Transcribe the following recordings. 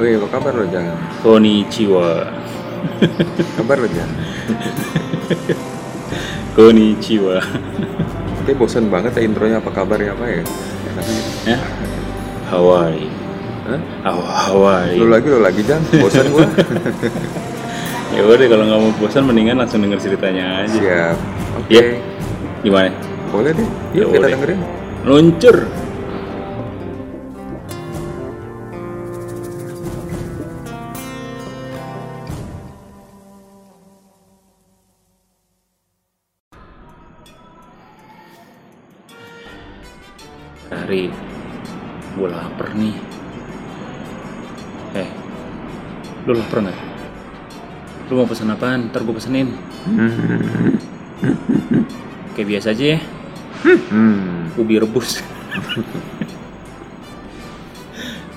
Wih, Oh iya, apa kabar lo Jang? Konnichiwa. Kabar lo Jang? Konnichiwa. Kayak bosan banget ya intronya apa kabar ya apa ya? Enaknya. Eh? Hawaii. Hah? Haw- Hawaii. Lu lagi, lu lagi Jang? Bosan gua? Ya udah kalau nggak mau bosan mendingan langsung denger ceritanya aja. Siap Oke Iya. Gimana? Boleh deh, Ya yuk kita boleh. dengerin Luncur. Hari, gue lapar nih. Eh, lu lapar nggak? Lu mau pesan apaan? Ntar gue pesenin. Kayak biasa aja ya Hmm ubi rebus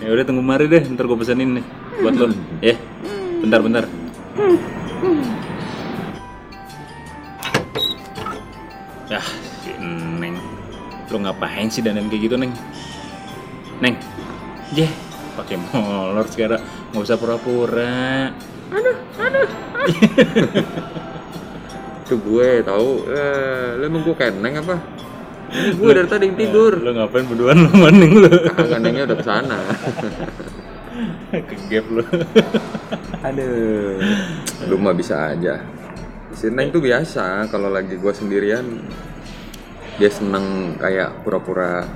ya udah tunggu mari deh ntar gue pesenin nih buat lo ya bentar bentar ah si neng lo ngapain sih dandan kayak gitu neng neng jeh pakai molor sekarang nggak usah pura-pura Itu gue tahu. Eh, lu emang gue keneng apa? Ini gue dari tadi yang tidur lo ngapain berduaan lo sama neng lo Kagak nengnya udah kesana kegep lo Aduh Lu mah bisa aja Si Neng tuh biasa kalau lagi gua sendirian Dia seneng kayak pura-pura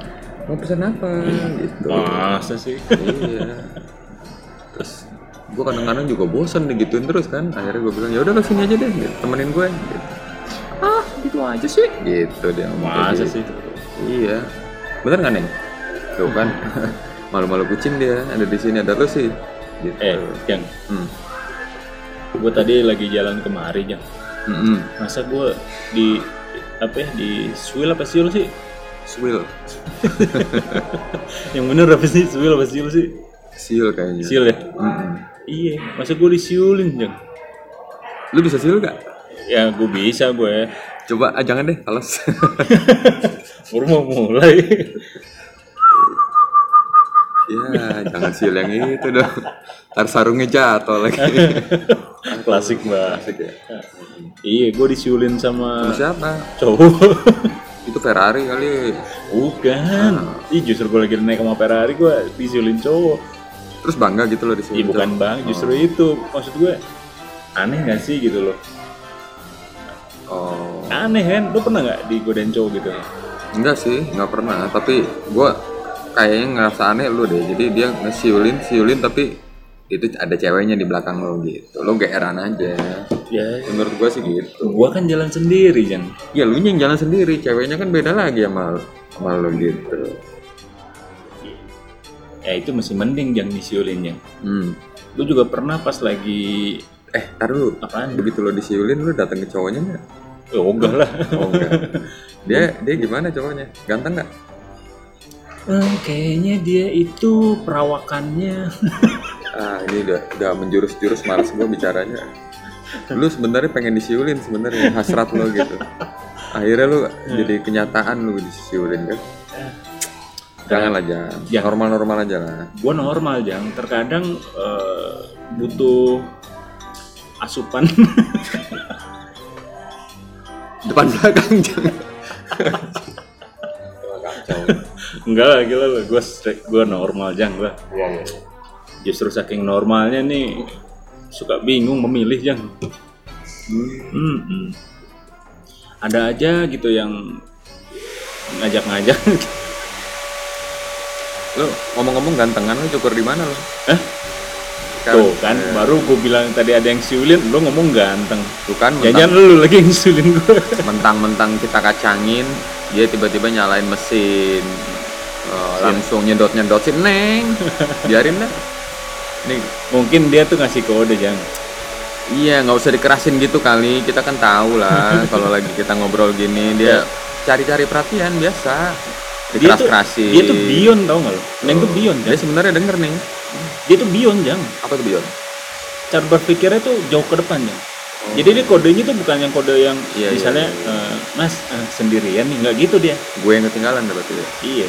Mau pesan apa? Gitu masa sih Iya Terus gua kadang-kadang juga bosen digituin terus kan Akhirnya gua bilang yaudah lo sini aja deh gitu, temenin gue gitu. Ah gitu aja sih Gitu dia ngomong kayak masa gitu. sih Iya. Bener nggak Neng? Tuh kan. Malu-malu kucing dia. Ada di sini ada lu sih. Gitu. eh yang Hmm. gue tadi lagi jalan kemari jang Mm-mm. masa gue di apa ya di swill apa siul sih Swill. yang bener apa sih swill apa siul sih Siul kayaknya. siul ya Mm-mm. iya masa gue disiulin jang Lu bisa siul nggak? ya gue bisa gue Coba ah, jangan deh, alas. baru mau mulai ya, jangan siul yang itu dong. Ntar sarungnya jatuh lagi. Kan klasik banget Asik ya. iya gue disiulin sama Sama siapa? cowok Itu Ferrari kali. bukan ih justru gue lagi naik sama Ferrari gue disiulin cowok Terus bangga gitu loh di sini. Iya bukan bang, justru itu maksud gue aneh gak sih gitu loh? Oh. Aneh kan? Lo pernah nggak digodain cowok gitu? Enggak sih, enggak pernah. Tapi gua kayaknya ngerasa aneh lu deh. Jadi dia ngesiulin, siulin tapi itu ada ceweknya di belakang lo gitu. Lo geeran aja. Ya Menurut gua sih gitu. gua kan jalan sendiri Jan Ya lu yang jalan sendiri, ceweknya kan beda lagi sama sama lo gitu. ya itu masih mending jangan disiulinnya Hmm. lu juga pernah pas lagi Eh, tar dulu. apaan Begitu lo disiulin, lu datang ke cowoknya nggak? ya ogah lah Oh enggak. Dia dia gimana cowoknya? Ganteng nggak? Eh, kayaknya dia itu perawakannya Ah, ini udah udah menjurus-jurus males gua bicaranya. Lu sebenarnya pengen disiulin sebenarnya hasrat lo gitu. Akhirnya lu jadi kenyataan lu disiulin kan. Jangan lah jangan. Ya. Normal-normal aja lah. gua normal Jang terkadang eh, butuh asupan Depan belakang jangan. Kacau. enggak lah gila lah gua straight- gua normal Jang gua Iya, justru saking normalnya nih suka bingung memilih Jang Mm-mm. ada aja gitu yang ngajak-ngajak Lu ngomong-ngomong gantengan lu cukur di mana lu? eh, Hah? Tuh kan, iya. baru gue bilang tadi ada yang siulin, lo ngomong ganteng. Tuh kan Jajan lu lagi yang siulin gue. mentang- mentang-mentang kita kacangin, dia tiba-tiba nyalain mesin. Eh, langsung nyedot-nyedot sih, Neng. Biarin dah. Nih, Mungkin dia tuh ngasih kode, Jang. Iya, nggak usah dikerasin gitu kali. Kita kan tahu lah kalau lagi kita ngobrol gini dia cari-cari perhatian biasa. Iya. Dia tuh, Dikeras-kerasin. Oh. dia tuh bion tau gak lo? Neng tuh bion, kan? Dia Jang. sebenarnya denger nih. Dia tuh bion, Jang. Apa tuh Bion? Cara berpikirnya tuh jauh ke depan, Jang. Jadi dia kodenya tuh bukan yang kode yang Iya, iya, misalnya, eh, mas, eh, sendirian nih, nggak gitu dia. Gue yang ketinggalan deh berarti. Iya.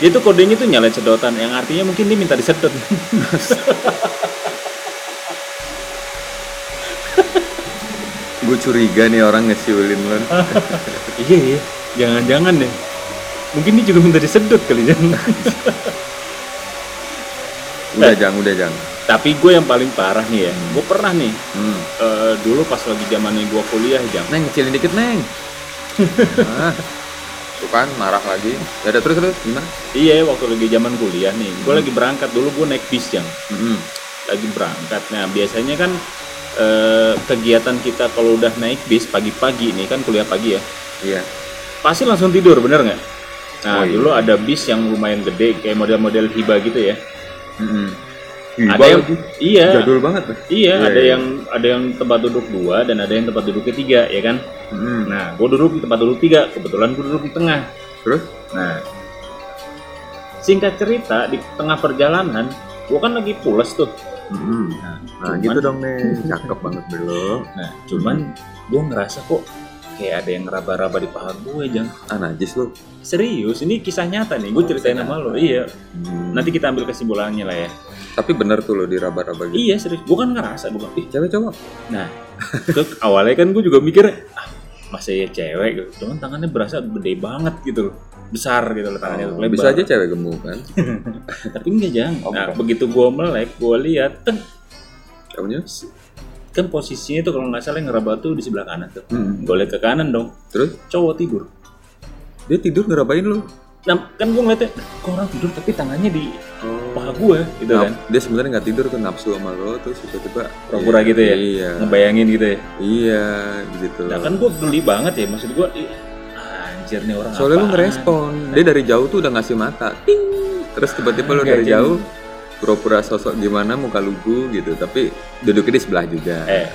Dia tuh kodenya tuh nyalain sedotan, yang artinya mungkin dia minta disedot. gue curiga nih orang ngesiulin lo iya iya jangan-jangan deh mungkin dia juga minta disedot kali jangan Eh. udah jang udah jang tapi gue yang paling parah nih ya gue pernah nih hmm. eh, dulu pas lagi zamannya gue kuliah jam neng kecilin dikit neng nah, tuh kan marah lagi ya udah terus terus gimana iya waktu lagi zaman kuliah nih gue Hmm. lagi berangkat dulu gue naik bis jam Mm-mm. lagi berangkat nah biasanya kan eh, kegiatan kita kalau udah naik bis pagi-pagi nih kan kuliah pagi ya iya pasti langsung tidur bener nggak Oh, nah iya. dulu ada bis yang lumayan gede kayak model-model hiba gitu ya Mm-mm. Hmm. Ih, ada bal yang lagi. iya jadul banget tuh iya Iya, ada iya. yang ada yang tempat duduk dua dan ada yang tempat duduk ketiga ya kan Mm-mm. nah gue duduk di tempat duduk tiga kebetulan gue duduk di tengah terus nah singkat cerita di tengah perjalanan gue kan lagi pules tuh Mm-mm. nah Cuman- gitu dong neng cakep banget belum Nah, cuman gue ngerasa kok kayak ada yang ngeraba-raba di paha gue, Jang. ah najis lo Serius, ini kisah nyata nih. Oh, Gue ceritain sama lo. Iya, Hmm. nanti kita ambil kesimpulannya lah ya. tapi bener tuh lo diraba-raba gitu Iya, serius. Gue kan ngerasa, gue bilang, ih. cewek cowok Nah, ke- awalnya kan gue juga mikir, ah, masa ya cewek gitu. Cuman tangannya berasa gede banget gitu loh. Besar gitu loh Oh, tangannya. lebar. bisa aja cewek gemuk kan Tapi enggak, Jang. Oh, bukan. Nah, begitu gue melek, gue lihat, teng, Tahunya? kan posisinya tuh kalau nggak salah yang ngeraba tuh di sebelah kanan tuh. Mm-mm. Gue liat ke kanan dong, terus cowok tidur. dia tidur ngerabain lo Nah, kan gue ngeliatnya, kok orang tidur tapi tangannya di oh. paha gue gitu kan. Nap- dia sebenarnya nggak tidur tuh nafsu sama lo terus tiba-tiba Pura-pura Iya, gitu ya? iya Ngebayangin gitu ya. iya gitu Nah, kan gue peduli banget ya. Maksud gue, ih, anjir nih orang soalnya lo apaan? ngerespon dia dari jauh tuh udah ngasih mata ting terus tiba-tiba lo Nggak dari jadi. jauh pura-pura sosok gimana muka lugu gitu tapi duduknya di sebelah juga Eh,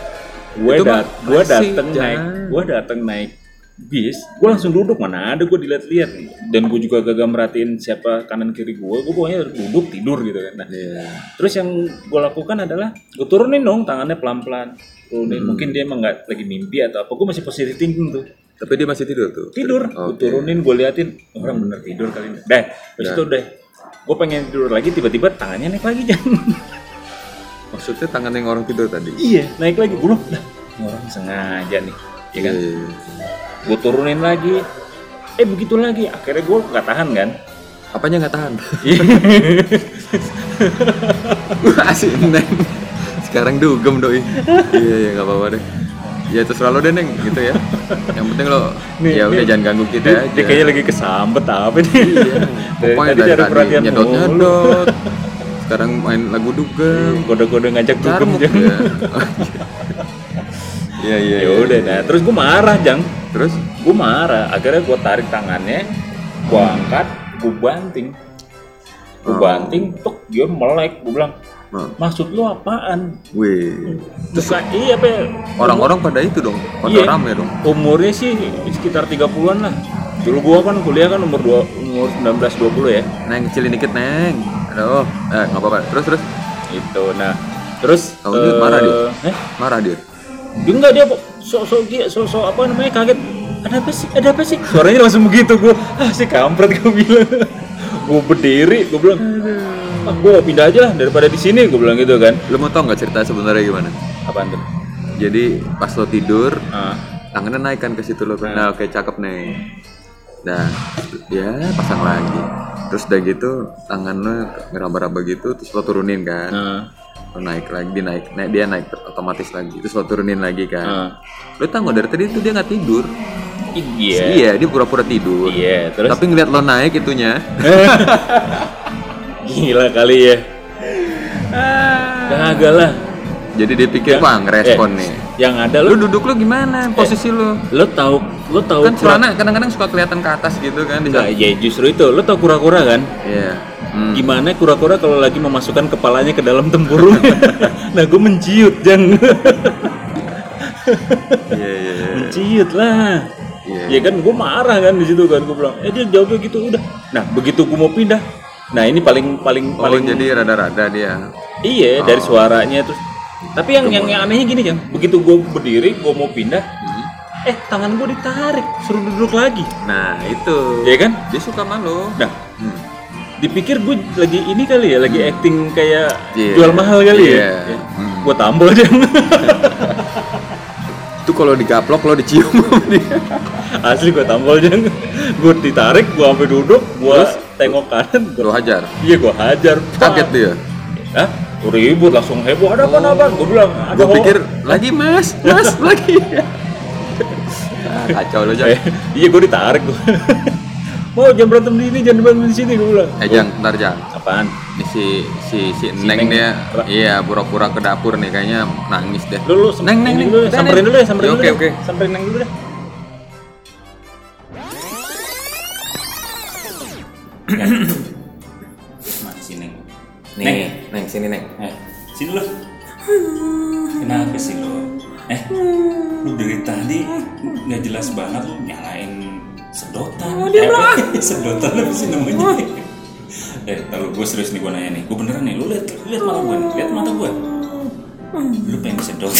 gue Itu mah dat gue pasti, dateng jangan. naik, gue dateng naik bis, gue langsung duduk mana ada gue dilihat-lihat nih. Dan gue juga gagah merhatiin siapa kanan kiri gue, gue pokoknya duduk tidur gitu kan. Nah, Iya. terus yang gue lakukan adalah gue turunin dong tangannya pelan-pelan. Turunin, Hmm. mungkin dia emang nggak lagi mimpi atau apa, gue masih positive thinking tuh. tapi dia masih tidur tuh tidur Oke. gue turunin gue liatin orang bener tidur kali ini dah terus Dah. itu udah gue pengen tidur lagi tiba-tiba tangannya naik lagi jangan maksudnya tangan yang orang tidur tadi iya naik lagi gue lah ini orang sengaja nih ya kan Iya. gue turunin lagi eh begitu lagi akhirnya gue nggak tahan kan apanya nggak tahan Iya. asik neng sekarang dugem doi iya iya nggak apa-apa deh ya terserah lo deh neng gitu ya yang penting lo Nih, ya udah nih. jangan ganggu kita dia, aja dia kayaknya lagi kesambet apa nih Iya. pokoknya Dari tadi dari cari tadi perhatian nyedot mulu. nyedot sekarang main lagu dugem kode-kode ngajak dugem carmuk jangan ya iya iya ya iya. udah nah terus gue marah jang terus gue marah akhirnya gue tarik tangannya gue angkat gue banting gue Oh. banting tuk dia melek gue bilang nah, maksud lu apaan wih Muka, iya apa ya? orang-orang pada itu dong pada Iya. rame dong umurnya sih sekitar 30-an lah dulu gua kan kuliah kan umur dua, umur 19-20 ya neng kecilin dikit neng aduh eh nggak apa-apa terus terus itu nah terus Tahu dia marah dia? eh marah dia dia enggak dia sok-sok dia sok-sok apa namanya kaget ada apa sih ada apa sih suaranya langsung begitu gua ah si kampret gua bilang gua berdiri gua bilang ah, gua pindah aja lah daripada di sini gua bilang gitu kan lo mau tau nggak cerita sebenarnya gimana apaan tuh jadi pas lo tidur ah, tangannya naik kan ke situ lo kan nah oke cakep nih nah ya pasang lagi terus udah gitu tangan lo ngeraba-raba gitu terus lo turunin kan ah, lo naik lagi dia naik naik- dia naik otomatis lagi terus lo turunin lagi kan ah. lo tau nggak dari tadi tuh dia nggak tidur iya iya dia pura-pura tidur iya terus tapi ngeliat lo naik itunya Gila kali ya. Kagak lah. jadi dia pikir wah Iya. ngerespon nih Yang ada lu lo duduk lo gimana posisi lo lu tahu lu Iya. tahu kan kura- celana kadang-kadang suka kelihatan ke atas gitu kan di Nah, ya justru itu. Lu tahu kura-kura kan? Iya. Hmm. Gimana kura-kura kalau lagi memasukkan kepalanya ke dalam tempurung? nah, gue menciut, Jang. Iya iya iya. menciut lah. Iya, Ya kan gue marah kan di situ kan gue bilang, "Eh, dia jawabnya gitu udah." Nah, begitu gue mau pindah. Nah, ini paling paling Oh paling jadi rada-rada dia. Iya, dari suaranya terus. Tapi yang yang, yang anehnya gini kan, begitu gue berdiri, gue mau pindah, eh tangan gue ditarik, suruh duduk lagi, Nah itu. ya kan? Dia suka malu. Nah, Hmm. dipikir gue lagi ini kali ya, lagi acting kayak Iya. jual mahal kali Iya. ya. Hmm. Gue tambal aja. Itu kalau digaplok lo dicium sama dia. asli gue tampol jeng gue ditarik gue sampai duduk gue Terus? tengok kanan gue Lo hajar. iya gue hajar Kaget dia. Hah? Gua ribut langsung heboh ada apa apa gue bilang ada Gue ho- pikir lagi mas, mas lagi. Ah, kacau lo Eh, Jang. iya gue ditarik gue mau jangan berantem di ini jangan berantem di sini gue bilang Eh Jang, bentar Jang. apaan Ini si si si Neng Neng. dia iya pura-pura ke dapur nih kayaknya nangis deh. lu lu sem- Neng, neng, ini neng. dulu, Udah, samperin Neng. dulu ya samperin Ya, dulu oke, deh. oke. samperin neng dulu deh Nah, mana sih neng Nih, Neng sini Neng. eh, sini lo. Kenapa sih lo? Eh, lu dari tadi nggak jelas banget lu nyalain sedotan. Oh, dia Oh. eh, sedotan apa sih namanya? eh, kalau gue serius nih gue nanya nih, gue beneran nih, lu lihat lihat mata gue nih, lihat mata gue. Lu pengen sedot?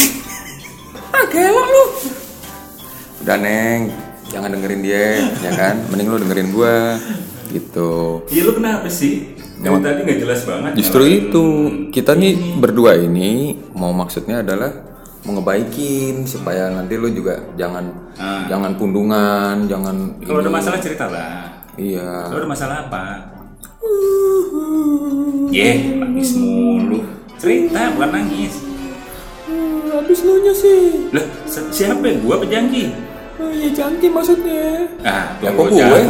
Udah Neng, jangan dengerin dia ya kan. Mending lu dengerin gua gitu. Iya lu kenapa sih? Dari tadi nggak jelas banget. Justru nyalain- itu kita nih berdua ini mau maksudnya adalah mau ngebaikin supaya nanti lu juga jangan Ah. jangan pundungan, jangan Kalau ada ini. masalah cerita lah. Iya. Lo ada masalah apa? Yeh, nangis mulu. Cerita, bukan nangis. Iya. Habis lu nya sih. Lah, si- siapa ya? Gua apa Jangki? Oh iya jangki maksudnya. Ah, Ya, tunggu. kok gue? Jang.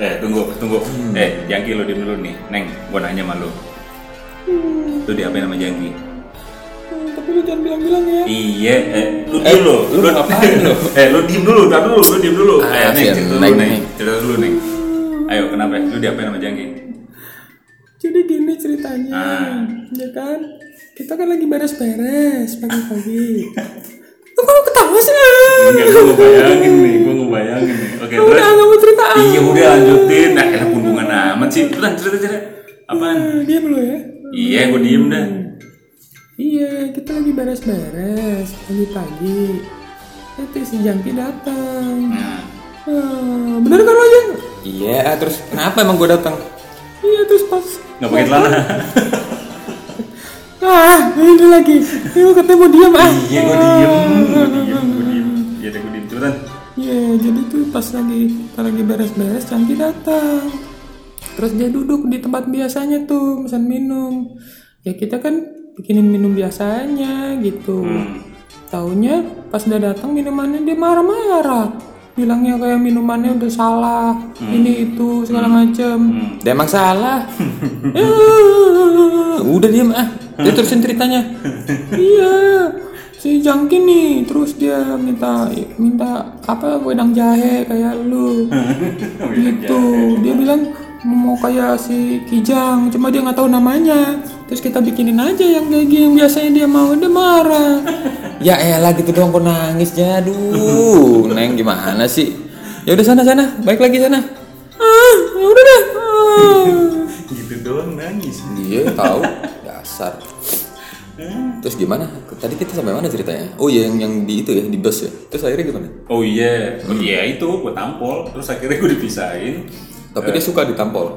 eh, tunggu, tunggu. Hmm. Eh, Jangki lo diem dulu nih. Neng, gua nanya sama lo. Lu diapain sama Jangki? Hmm, Tapi lu jangan bilang-bilang ya. Iya, eh, lu diem lo. lu ngapain lo? Eh, lu diem dulu, tar dulu, lu diem dulu. Ah, eh, Neng, kasihan cerita Neng dulu, Neng. nih. Cerita dulu, Neng. Ayo, kenapa? Lu diapain sama Jangki? Jadi gini ceritanya, Ah. Hmm, ya kan? Kita kan lagi beres-beres pagi-pagi. Lu kalau ketawa sih? ah? Enggak, gue ngebayangin nih, gue ngebayangin nih. Oke, Udah terus. nggak mau cerita. ah. Iya udah lanjutin, nah kena pundungan amat sih. Udah cerita cerita. Apaan? Dia dulu ya. Iya, gue diem dah. Iya, kita lagi beres-beres pagi-pagi. Nanti si Jangki datang. Nah, Ah, bener kan lo Jang? Iya, terus kenapa emang gue datang? Iya terus pas nggak pakai celana. ah ini lagi, ini lu ketemu diam ah. Iya, gue diem, gue diem, gue diem. Iya, deh, gue diem cepetan. Iya, jadi tuh pas lagi pas lagi beres-beres Cangki datang. Terus dia duduk di tempat biasanya tuh pesan minum. Ya kita kan bikinin minum biasanya gitu. Taunya Iya, pas dia datang minumannya dia marah-marah. Bilangnya kayak minumannya udah salah, ini itu segala macem. Dia emang salah. Eh, Udah diem ah. Dia terusin ceritanya. iya si jangki nih terus dia minta minta apa wedang jahe kayak lu gitu dia bilang mau kayak si kijang cuma dia nggak tahu namanya terus kita bikinin aja yang kayak gini yang biasanya dia mau dia marah Ya elah gitu doang kok nangisnya. Aduh, Neng gimana sih? Ya udah sana sana, baik lagi sana. ah ya udah deh ah. Gitu doang nangis. Iya, tahu. Dasar. Terus gimana? Tadi kita sampai mana ceritanya? Oh iya yang yang di itu ya, di bus ya. Terus akhirnya gimana? Hmm. Oh iya, oh iya itu gue tampol. Terus akhirnya gue dipisahin. Eh. Tapi dia suka ditampol.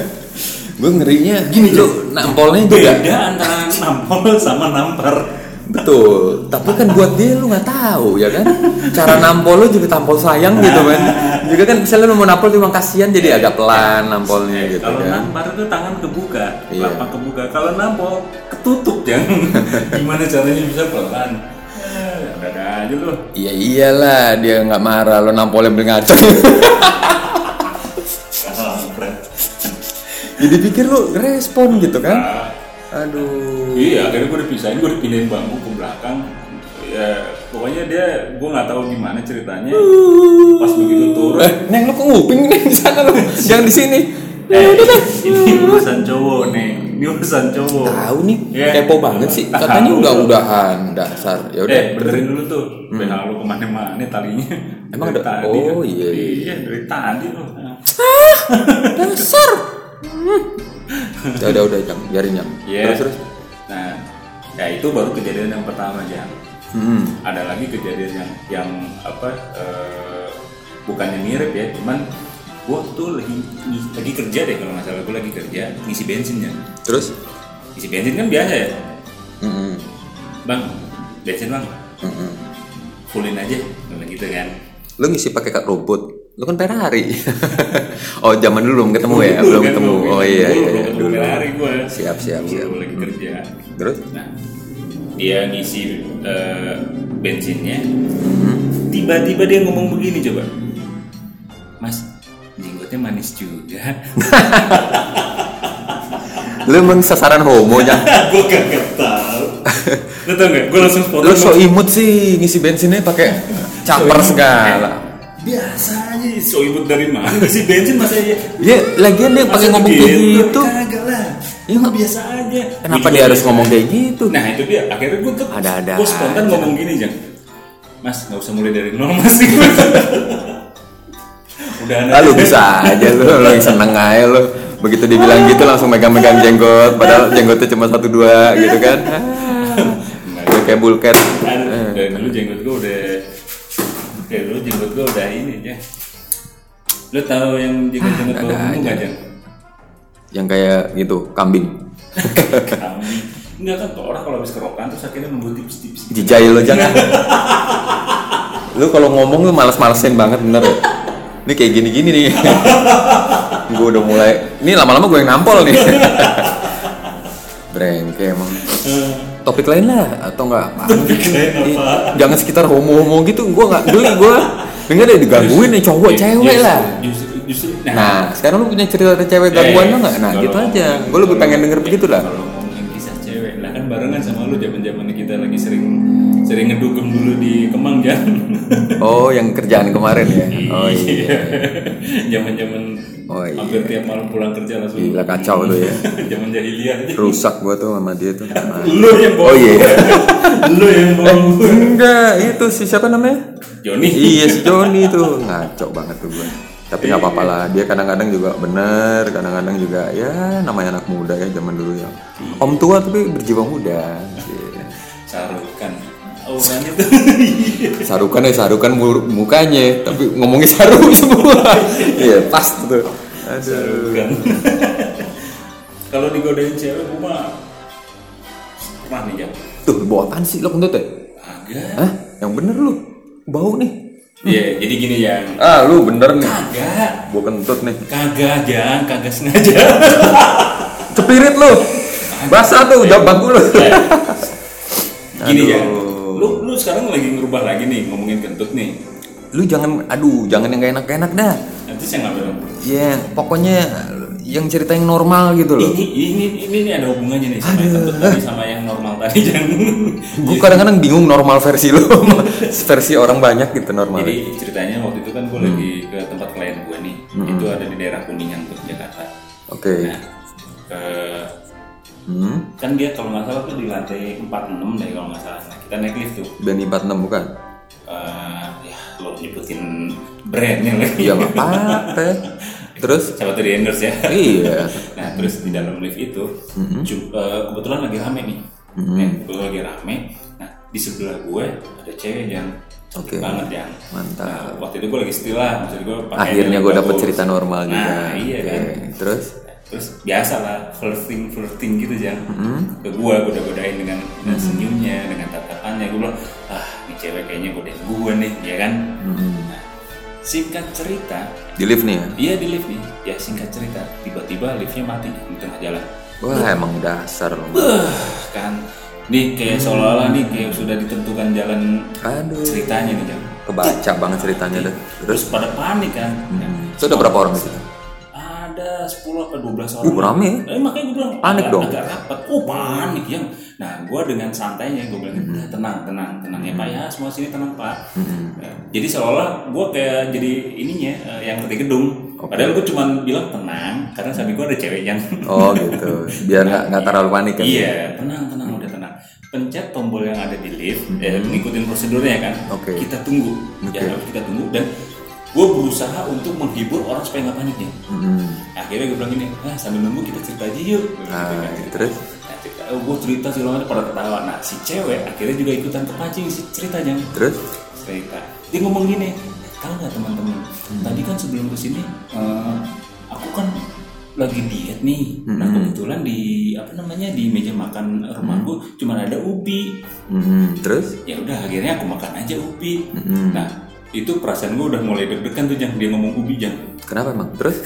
gue ngerinya gini, Jo. Nampolnya juga. nah, Beda antara nampol sama nampar. Betul. Tapi kan buat dia lu nggak tahu ya kan. Cara nampol lu juga tampol sayang gitu kan. Juga kan misalnya lu mau nampol cuma kasihan jadi agak pelan nampolnya Eh, gitu kalau kan. nampar itu tangan kebuka, Iya. lapak kebuka. Kalau nampol ketutup yang gimana caranya bisa pelan? Eh, Ada aja loh. Iya iyalah dia nggak marah lu nampolnya beli ngaco. Kampret. jadi pikir lu Ya respon gitu kan. Aduh. Iya, akhirnya gue dipisahin, gue dipindahin bangku ke belakang. Ya, pokoknya dia, gue nggak tahu gimana ceritanya. Uh. Pas begitu turun, Eh, Neng lu kok nguping nih di sana lu. Jangan di sini. eh, ini urusan cowok nih, Eh, ini urusan cowok. Tahu nih, Iya. kepo banget sih. Katanya Tahu. udah-udahan dasar. Ya udah. Eh, benerin dulu tuh, Hmm. BH lu kemana-mana talinya. Emang Dari ada- tadi kan. oh, iya, iya. Iya, dari tadi loh. dasar Ya Udah udah udah jam, biarin jam. Iya. Terus terus. Nah, ya itu baru kejadian yang pertama Jang. Hmm. Ada lagi kejadian yang yang apa? eh, bukannya mirip ya, cuman gua tuh lagi lagi kerja deh kalau nggak salah gua lagi kerja ngisi bensinnya. Terus. Hmm, Isi bensin kan biasa ya, Mm-mm. bang. Bensin bang. Mm-mm. fullin aja Nah, gitu kan Lu ngisi pakai kak robot. Lu kan Ferrari. oh, zaman dulu belum ketemu ya? Belum kan, ketemu. belum Oh iya gitu. iya Belum iya, ketemu dulu. Ferrari gua. Siap siap siap. Dulu lagi kerja Terus nah dia ngisi eh, bensinnya tiba-tiba dia ngomong begini coba mas jenggotnya manis juga lu emang sasaran ya? homonya. gue Nah, kagak tahu lu tau gak gue langsung foto lu so imut sih ngisi bensinnya pakai caper segala. biasanya so imut dari mana ngisi bensin mas aja Ya, lagian dia pakai ngomong kayak gitu. kagak lah Ya, nggak- biasa aja Kenapa Gitu dia kan. harus ngomong kayak gitu? Nah itu dia, akhirnya gue tuh Ada-ada Gue spontan aja. Kan ngomong gini Jang Mas nggak usah mulai dari nol mas Udah anak Lalu bisa aja lu, lu yang seneng aja lu. Begitu dibilang gitu langsung megang-megang jenggot, padahal jenggotnya cuma satu dua gitu kan. Ah. Lu kayak bulket. Dari dulu jenggot gue udah Dari dulu jenggot gue udah ini Jang Lo tau yang jenggot-jenggot ada bau bungu nggak aja. Jang? Yang kayak gitu, kambing. Kami Enggak kan tuh orang kalau habis kerokan terus akhirnya nunggu tips-tips Jijai lo jangan. lu kalau ngomong lu malas-malesin banget bener ya. Ini kayak gini-gini nih. gue udah mulai. Ini lama-lama gue yang nampol nih. Brengke emang. Topik lain lah atau enggak apa? Hmm. Topik lain Ih, apa? Jangan sekitar homo-homo gitu. Gue nggak geli gue. Dengar deh digangguin nih cowok Justru- cewek lah. Justru, justru, Nah, sekarang lu punya cerita dari cewek gangguan lo nggak? Nah, Kalau- gitu aja. Gue lebih pengen denger begitu lah. Kalau ngomongin kisah cewek, nah kan barengan sama lu zaman zaman kita lagi sering sering ngedugem dulu di Kemang kan. Oh, yang kerjaan kemarin ya. Oh iya. zaman zaman Oh, iya. hampir tiap malam pulang kerja langsung. Gila kacau tuh ya. zaman jahiliyah. rusak gua tuh sama dia tuh lu yang bawa. Oh, iya. lu yang bawa. enggak itu si siapa namanya Joni. iya si Joni tuh ngaco banget tuh gua tapi nggak apa-apa lah dia kadang-kadang juga bener kadang-kadang juga ya namanya anak muda ya zaman dulu ya om tua tapi berjiwa muda Iya. Sarukan. Kan, Orangnya tuh. sarukan ya sarukan mur- mukanya tapi ngomongnya saru semua iya pas tuh aduh Sarukan. Kalau digodain cewek, gua mah pernah nih ya. tuh bawa apaan sih lo kentut ya Agak. Hah? yang bener lu bau nih Iya, jadi gini yang ah lu bener nih Kagak, gua kentut nih kagak jang, kagak sengaja. cepirit lu basah tuh udah bangku lu Gini ya, Aduh. lu lu sekarang lagi ngerubah lagi nih ngomongin kentut nih. lu jangan aduh jangan yang gak enak-enak dah Nanti saya ngambil. ya pokoknya yang cerita yang normal gitu loh Ini ini ini, ini ada hubungannya nih sama yang kentut tadi sama yang normal tadi jang. gue kadang-kadang bingung normal versi lu sama versi orang banyak gitu normal Jadi ceritanya waktu itu kan gue lagi ke tempat klien gue nih, itu ada di daerah Kuningan tuh Jakarta. oke Nah, eh, hmm kan dia kalau nggak salah tuh di lantai 46 deh kalau nggak salah. Nah, kita naik lift tuh. Benny 46 bukan Eh, ya lo nyebutin brandnya lagi. iya nggak apa-apa terus Siapa tadi endorse ya? iya Nah terus di dalam lift itu ju- eh, kebetulan lagi rame nih, Nah, kebetulan lagi rame. Nah di sebelah gue ada cewek yang Oke. cantik banget yang. Mantap. Nah, waktu itu gue lagi setia lah, maksud gue pakaiannya akhirnya gue bagus. dapet cerita normal juga Nah iya Oke. kan. terus Nah, Terus biasa lah flirting flirting gitu jang. Ke gue gue udah godain dengan dengan senyumnya, dengan tatapannya. Gue bilang ah ini cewek kayaknya godain gue nih, ya kan. Nah, singkat cerita di lift nih ya Iya di lift nih. Ya singkat cerita, tiba-tiba liftnya mati di tengah jalan. wah Iya. emang dasar lu Ah, kan, nih kayak seolah-olah nih kayak sudah ditentukan jalan aduh ceritanya nih kan. kebaca banget ceritanya dah Terus pada panik kan. Nah, itu udah berapa orang di situ Ada 10 apa 12 orang. Uh, rame ya? Eh, makanya gue bilang Panik agak, dong. Agak rapat. Oh panik ya. Nah gue dengan santainya gue bilang Mm-hmm. "Udah, tenang tenang tenang ya pak ya semua sini tenang pak. Nah, Jadi seolah-olah gue kayak jadi ininya eh, yang ngerti gedung. Oke. Padahal gue cuma bilang tenang karena samping gue ada cewek yang Oh gitu, biar nggak nggak terlalu panik kan? Iya, tenang, tenang, udah tenang. Pencet tombol yang ada di lift, Hmm. eh, ngikutin prosedurnya kan. Oke. Kita tunggu, ya Oke. harus kita tunggu dan gue berusaha untuk menghibur orang supaya nggak panik nih. Hmm. Akhirnya gue bilang gini, ah sambil nunggu kita cerita aja yuk. Nah, Gitu kan. terus Nah, cerita, gue cerita sih orangnya pada ketawa. Nah si cewek akhirnya juga ikutan terpancing si ceritanya. terus Cerita. Dia ngomong gini, tahu nggak teman-teman? Tadi kan sebelum kesini, eh, aku kan lagi diet nih nah kebetulan di apa namanya di meja makan rumahku cuma ada ubi Mm-mm. Terus? ya udah akhirnya aku makan aja ubi Mm-mm. nah itu perasaan gue udah mulai deg-degan tuh jang dia ngomong ubi jang Kenapa emang? Terus?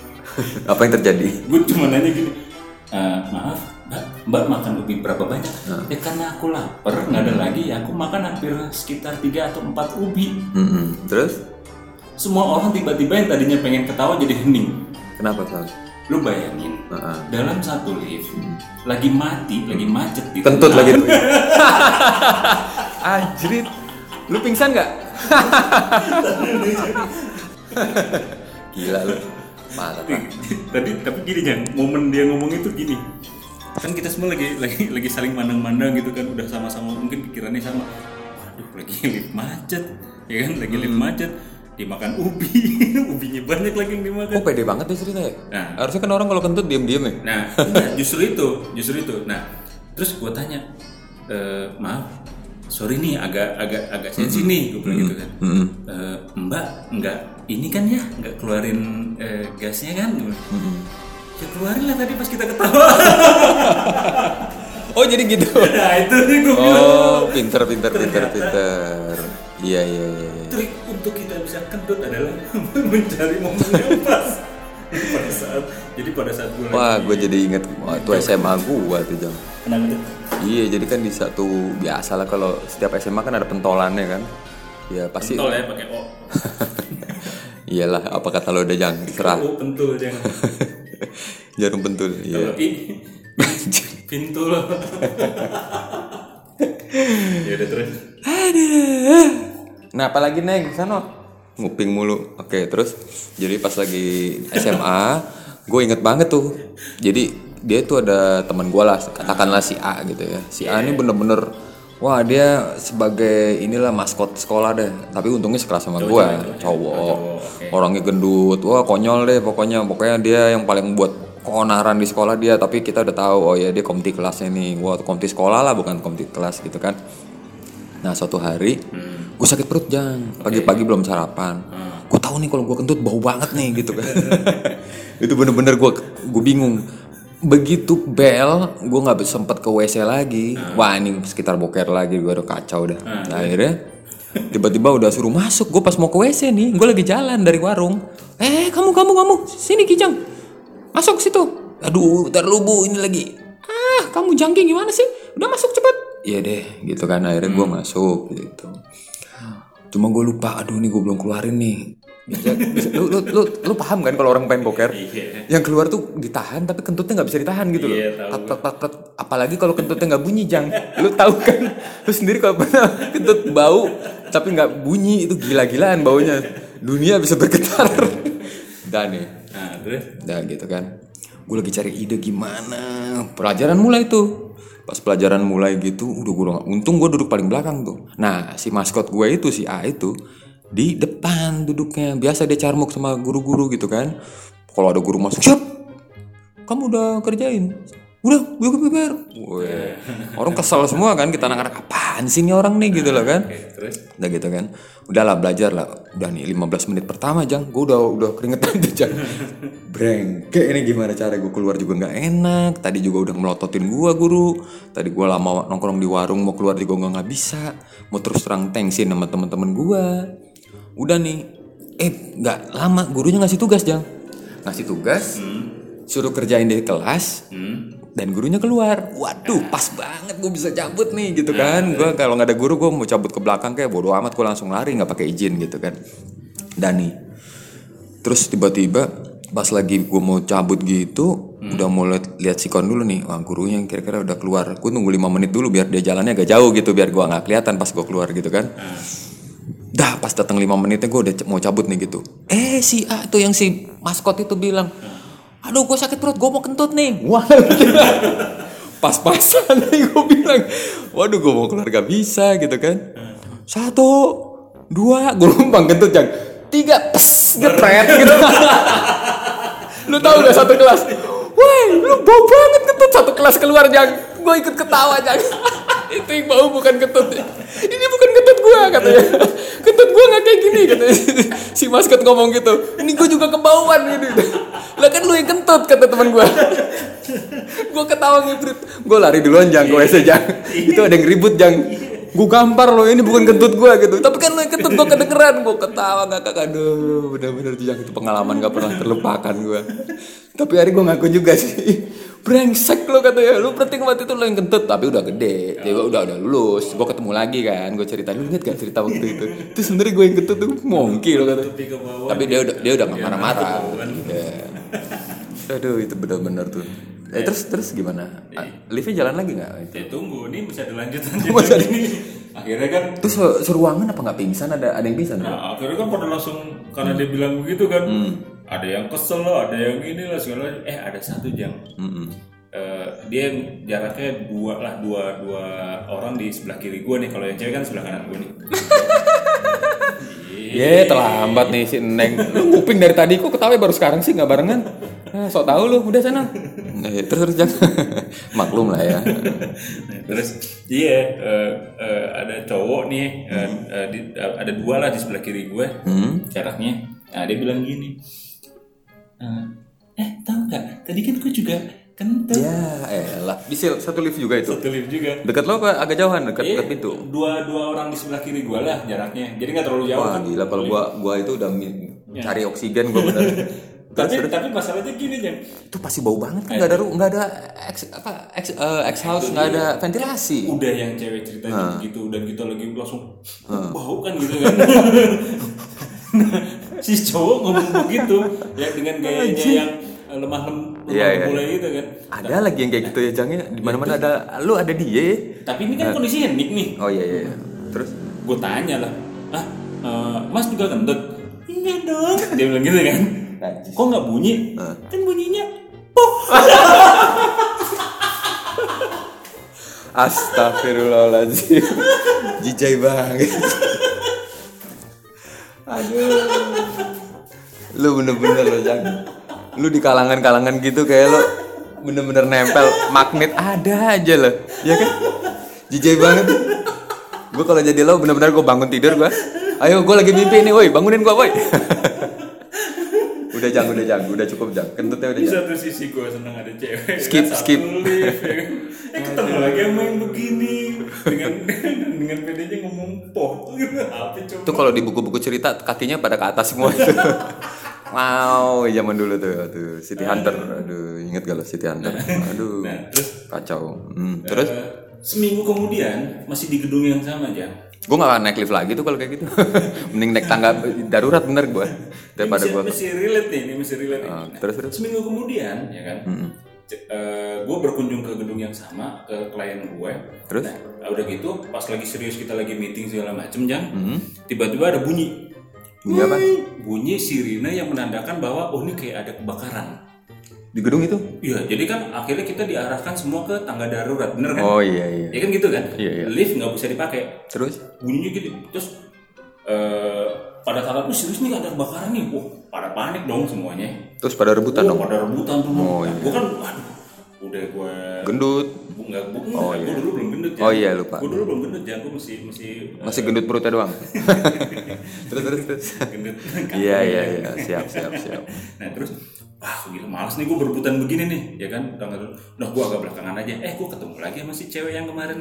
Apa yang terjadi? gue cuma nanya gini "Eh, maaf mbak, mbak makan ubi berapa banyak ya karena aku lapar nggak ada lagi ya aku makan hampir sekitar 3 atau 4 ubi Mm-mm. Terus? semua orang tiba-tiba yang tadinya pengen ketawa jadi hening Kenapa Sal? lu bayangin Heeh. dalam satu lift lagi mati lagi macet gitu. di Kentut tengah. lagi tuh. Anjrit. Lu pingsan nggak? Gila lu. Mantap. Bang. tadi tapi gini Jan, momen dia ngomong itu gini kan kita semua lagi lagi lagi saling mandang-mandang gitu kan udah sama-sama mungkin pikirannya sama waduh lagi lift macet ya kan lagi lift macet dimakan ubi ubinya banyak lagi yang dimakan Kok pede banget dia cerita ya? Nah. Harusnya kan orang kalau kentut diam-diam ya? Nah, enggak, justru itu, justru itu. Nah, terus gue tanya, "Eh, maaf, sorry nih, agak agak agak sensi nih, gue bilang gitu kan. Mm-mm. "Eh, mbak, enggak, ini kan ya, enggak keluarin eh, gasnya kan? Gua bilang, Ya keluarin lah tadi pas kita ketawa. Oh jadi gitu. nah, itu nih gue bilang. Oh, pinter, pinter, pinter, pinter. Iya, iya, iya. iya. Trik untuk kita bisa kentut adalah mencari momen yang pas. pada saat, jadi pada saat gue Wah, gue jadi inget waktu SMA gue tuh jam. kenapa tuh? Iya, jadi kan di satu biasa lah kalau setiap SMA kan ada pentolannya kan. Ya pasti. Pentol ya pakai o. Iyalah, apa kata lo udah jangan serah. O pentul Oh, jangan. Jarum pentul. Iya. Kalau i- pintu loh. ya udah terus. Nah, apalagi neng sana nguping mulu. Oke, terus jadi pas lagi SMA, gue inget banget tuh. Jadi dia tuh ada teman gue lah, katakanlah si A gitu ya. Si A ini bener-bener Wah dia sebagai inilah maskot sekolah deh, tapi untungnya sekelas sama gue, iya. cowok, orangnya gendut, wah konyol deh pokoknya, pokoknya dia yang paling buat keonaran di sekolah dia, tapi kita udah tahu oh ya dia komti kelasnya nih, wah komti sekolah lah bukan komti kelas gitu kan, Nah suatu hari gue sakit perut jang pagi-pagi belum sarapan. Gue tahu nih kalau gue kentut bau banget nih gitu kan. itu bener-bener gue gue bingung. Begitu bel, gue nggak sempet ke WC lagi. Wah ini sekitar boker lagi gue udah kacau dah. Nah, akhirnya tiba-tiba udah suruh masuk. Gue pas mau ke WC nih, gue lagi jalan dari warung. Eh kamu kamu kamu sini kijang, masuk situ. Aduh, ntar lu, Bu, ini lagi ah kamu jangki gimana sih udah masuk cepet iya deh gitu kan akhirnya gue masuk gitu cuma gue lupa aduh nih gue belum keluarin nih Bisa- bisa- lu, lu, lu, lu paham kan kalau orang pengen boker yang keluar tuh ditahan tapi kentutnya nggak bisa ditahan gitu loh Tat, tat, tat, tat. apalagi kalau kentutnya nggak bunyi jang lu tahu kan lu sendiri kalau pernah kentut bau tapi nggak bunyi itu gila-gilaan baunya dunia bisa bergetar dan nih Nah, terus. Nah gitu kan Gue lagi cari ide gimana Pelajaran mulai tuh Pas pelajaran mulai gitu Udah gue Untung gue duduk paling belakang tuh Nah si maskot gue itu Si A itu Di depan duduknya Biasa dia carmuk sama guru-guru gitu kan Kalau ada guru masuk Siap Kamu udah kerjain Udah gue kepiper Weh, Orang kesel semua kan Kita anak-anak Apaan sih ini orang nih gitu loh kan Terus. udah gitu kan udahlah belajar lah udah nih 15 menit pertama jang gue udah udah keringetan tuh jang breng ini gimana cara gue keluar juga nggak enak tadi juga udah melototin gue guru tadi gue lama nongkrong di warung mau keluar juga gue nggak bisa mau terus terang tensin sama temen-temen gue udah nih eh nggak lama gurunya ngasih tugas jang ngasih tugas suruh kerjain di kelas dan gurunya keluar waduh pas banget gue bisa cabut nih gitu kan gue kalau nggak ada guru gue mau cabut ke belakang kayak bodo amat gue langsung lari nggak pakai izin gitu kan dan nih terus tiba-tiba pas lagi gue mau cabut gitu udah mau liat- lihat sikon dulu nih wah gurunya kira-kira udah keluar gue nunggu lima menit dulu biar dia jalannya agak jauh gitu biar gue nggak kelihatan pas gue keluar gitu kan Dah pas datang 5 menitnya gue udah c- mau cabut nih gitu. Eh si A tuh yang si maskot itu bilang, aduh gue sakit perut gue mau kentut nih. Wah gila. pas-pasan nih gue bilang, waduh gue mau keluar gak bisa gitu kan. Satu, dua, gue lumpang kentut yang tiga, pes, getret gitu. lu tahu gak satu kelas? Woi, lu bau banget kentut satu kelas keluar jang. Gue ikut ketawa jang. Itu yang bau bukan kentut. Ini bukan kentut gue katanya. Kentut gue nggak kayak gini katanya. Si maskot ngomong gitu. Ini gue juga kebauan gitu. Lah kan lu yang kentut kata teman gue gue ketawa ngibrit gue lari duluan jang ke WC jang itu ada yang ribut jang gue gampar lo ini bukan kentut gue gitu tapi kan lu yang kentut gue kedengeran gue ketawa ngakak aduh bener-bener tuh jang itu pengalaman gak pernah terlupakan gue tapi hari gue ngaku juga sih brengsek lo katanya lu penting waktu itu lo yang kentut tapi udah gede ya gua udah udah lulus gue ketemu lagi kan gue cerita lu inget gak cerita waktu itu itu sebenarnya gue yang kentut tuh mongki lo katanya ke bawah. kan? tapi dia udah dia udah nggak marah-marah Iya. aduh itu benar-benar tuh eh, terus terus gimana Iya. Ah, liftnya jalan lagi nggak itu Ya tunggu, ini bisa dilanjutan. Masih ada ini. Akhirnya kan terus se- seruangan apa nggak pingsan ada ada yang pingsan bro? Nah, akhirnya kan pada langsung karena dia bilang begitu kan, ada yang kesel lah, ada yang ini lah segala macam. Eh ada satu jang, Mm-mm. Eh, dia jaraknya dua lah dua dua orang di sebelah kiri gua nih. Kalau yang cewek kan sebelah kanan gua nih. Ye, terlambat nih si Neng. Lu nguping dari tadi kok ketawa ya baru sekarang sih nggak barengan. Eh, sok tahu lu, udah sana. Eh, terus terus jangan. Maklum lah ya. Nah, Terus iya eh, eh, ada cowok nih, eh, eh, di- eh, ada dua lah di sebelah kiri gue Hmm. jaraknya. Nah dia bilang gini, eh, eh tahu nggak? Tadi kan gue juga kentut. Ya, elah. Bisil satu lift juga itu. Satu lift juga. Dekat lo apa agak jauhan dekat Iya, dekat pintu? Dua dua orang di sebelah kiri gua lah jaraknya. Jadi nggak terlalu jauh Wah, kan. gila kalau gua gua itu udah mi- cari oksigen gua bener. Iya. Terus, tapi terus. tapi masalahnya gini Jan. itu pasti bau banget kan nggak ada ru- nggak ada ex apa ex, eh, ex house nggak ada ventilasi Udah yang cewek ceritanya gitu dan kita lagi langsung bau kan gitu kan. Nah, si cowok ngomong begitu ya dengan gayanya yang eh, lemah lem lemah Iya, iya. mulai gitu kan. ada lagi yang kayak gitu ya jangnya di mana mana ada lu ada dia Tapi ini kan kondisi hening nih. oh iya iya iya. terus Gue tanya lah, ah eh, mas juga kentut? Iya dong. Dia bilang gitu kan. Najis. Kok nggak bunyi? Kan bunyinya Astagfirullahaladzim Jijai banget Aduh Lu bener-bener lo Jang Lu di kalangan-kalangan gitu kayak lo Bener-bener nempel Magnet ada aja lo Ya kan Jijai banget Gue kalau jadi lo bener-bener gue bangun tidur gue Ayo gue lagi mimpi nih woi Bangunin gue woi Udah Jang udah Jang Udah cukup Jang Kentutnya udah di Jang satu sisi gue seneng ada cewek Iya. Skip, satu skip. lift, ya kan. eh ketemu lagi sama yang begini dengan dengan pedenya ngomong po gitu apa Itu coba kalau di buku-buku cerita kakinya pada ke atas semua. wow, iya, zaman dulu tuh, aduh, City Hunter. Aduh, inget gak lo City Hunter? Aduh. Eh. Nah, terus Kacau. Hmm, terus eh, seminggu kemudian masih di gedung yang sama aja gue gak akan naik lift lagi tuh kalau kayak gitu. Mending naik tangga darurat bener gue daripada masih, gue. masih relate nih ini masih relate nih. Nah, Ah, terus terus. seminggu kemudian ya kan gue berkunjung ke gedung yang sama ke klien gue Terus? nah, udah gitu pas lagi serius kita lagi meeting segala macem jang tiba-tiba ada bunyi Mm-hmm. Bunyi apa? bunyi sirine yang menandakan bahwa oh ini kayak ada kebakaran Di gedung itu? Iya, jadi kan akhirnya kita diarahkan semua ke tangga darurat, bener kan? Oh iya iya. Ya kan gitu kan? Iya, iya. Lift nggak bisa dipakai, Terus? bunyinya gitu. Terus eh, pada saat itu serius nih ada kebakaran nih, wah pada panik dong semuanya. Terus pada rebutan Wah, dong. pada rebutan tuh. Oh, iya. Gue kan, waduh, udah gue Gendut. Bu, nggak, bu, gue dulu belum gendut ya. Oh, iya, lupa. Gue dulu belum gendut ya, gue masih masih eh, Masih gendut perutnya doang. terus terus terus. gendut. Iya iya iya, siap siap siap. nah terus wah gila males nih gue berebutan begini nih ya kan tanggal dulu nah gue agak belakangan aja eh gue ketemu lagi sama si cewek yang kemarin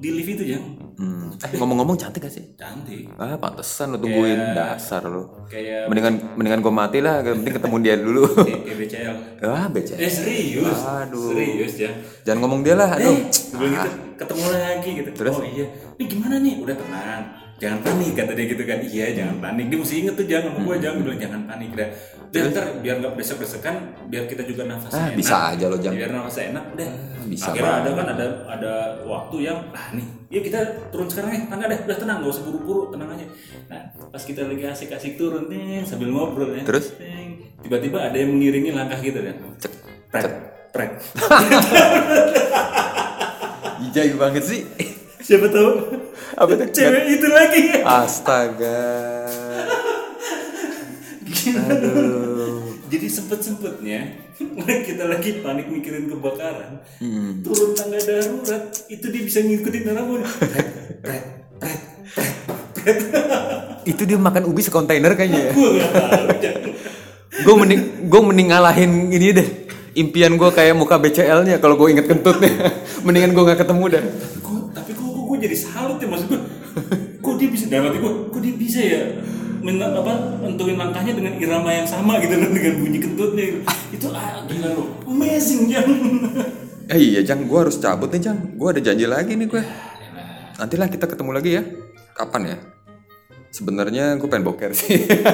di lift itu ya Hmm. Eh, ngomong-ngomong cantik gak sih? cantik Ah, pantesan lo tungguin Iya. dasar lo. kayak Mendingan mendingan gue mati lah, yang penting ketemu dia dulu. kayak kayak BCL ah, becek. eh serius Aduh. serius ya Jangan ngomong dia lah, eh aduh. Ah. gue bilang gitu ketemu lagi gitu oh iya ini gimana nih udah tenang jangan panik kata dia gitu kan iya jangan panik dia mesti inget tuh jangan sama Hmm. gue jangan Dia bilang jangan panik dah dan ntar biar nggak besok besekan biar kita juga nafasnya Ah, enak. bisa aja lo jangan. biar nafasnya enak deh bisa akhirnya ada kan ada ada waktu yang ah nih ya kita turun sekarang ya tangga deh udah tenang gak usah buru-buru tenang aja nah pas kita lagi asik-asik turun nih sambil ngobrol ya Terus? ting, tiba-tiba ada yang mengiringi langkah kita dan Cek. prek prek Jijai banget sih. siapa tahu Apa tuh? cewek itu lagi Astaga. Aduh. jadi sempet sempetnya kita lagi panik mikirin kebakaran Hmm. turun tangga darurat itu dia bisa ngikutin orang gua. Itu dia makan ubi sekontainer kayaknya ya. Gua nggak tahu Jack. gue mending gue mending ngalahin ini deh impian gue kayak muka BCL nya kalau gue inget kentutnya mendingan gue nggak ketemu dah Kok, tapi kok, kok gue jadi salut ya maksud gue kok dia bisa dalam hati gue kok dia bisa ya men, apa nentuin langkahnya dengan irama yang sama gitu loh dengan bunyi kentutnya gitu. itu ah, gila loh amazing jang Eh iya Jang, gue harus cabut nih Jang. Gue ada janji lagi nih gue. Nantilah kita ketemu lagi ya. Kapan ya? Sebenarnya gue pengen boker sih. gitu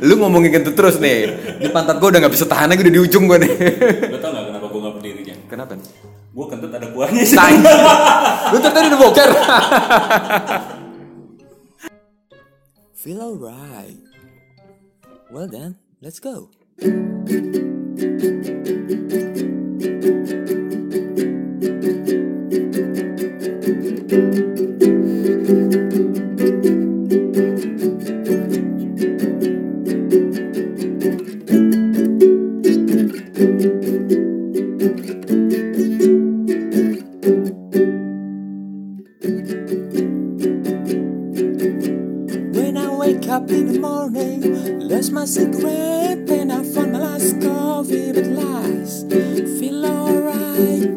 lu ngomongin kentut terus nih di pantat gue udah nggak bisa tahan lagi udah di ujung gue nih lo tau gak kenapa gue gak berdiri jang Kenapa nih? gue kentut ada buahnya sih Tai. lu tuh tadi udah boker Feel alright. Well then, let's go. When I wake up in the morning, lost my cigarette, then I found my last coffee, but last feel alright.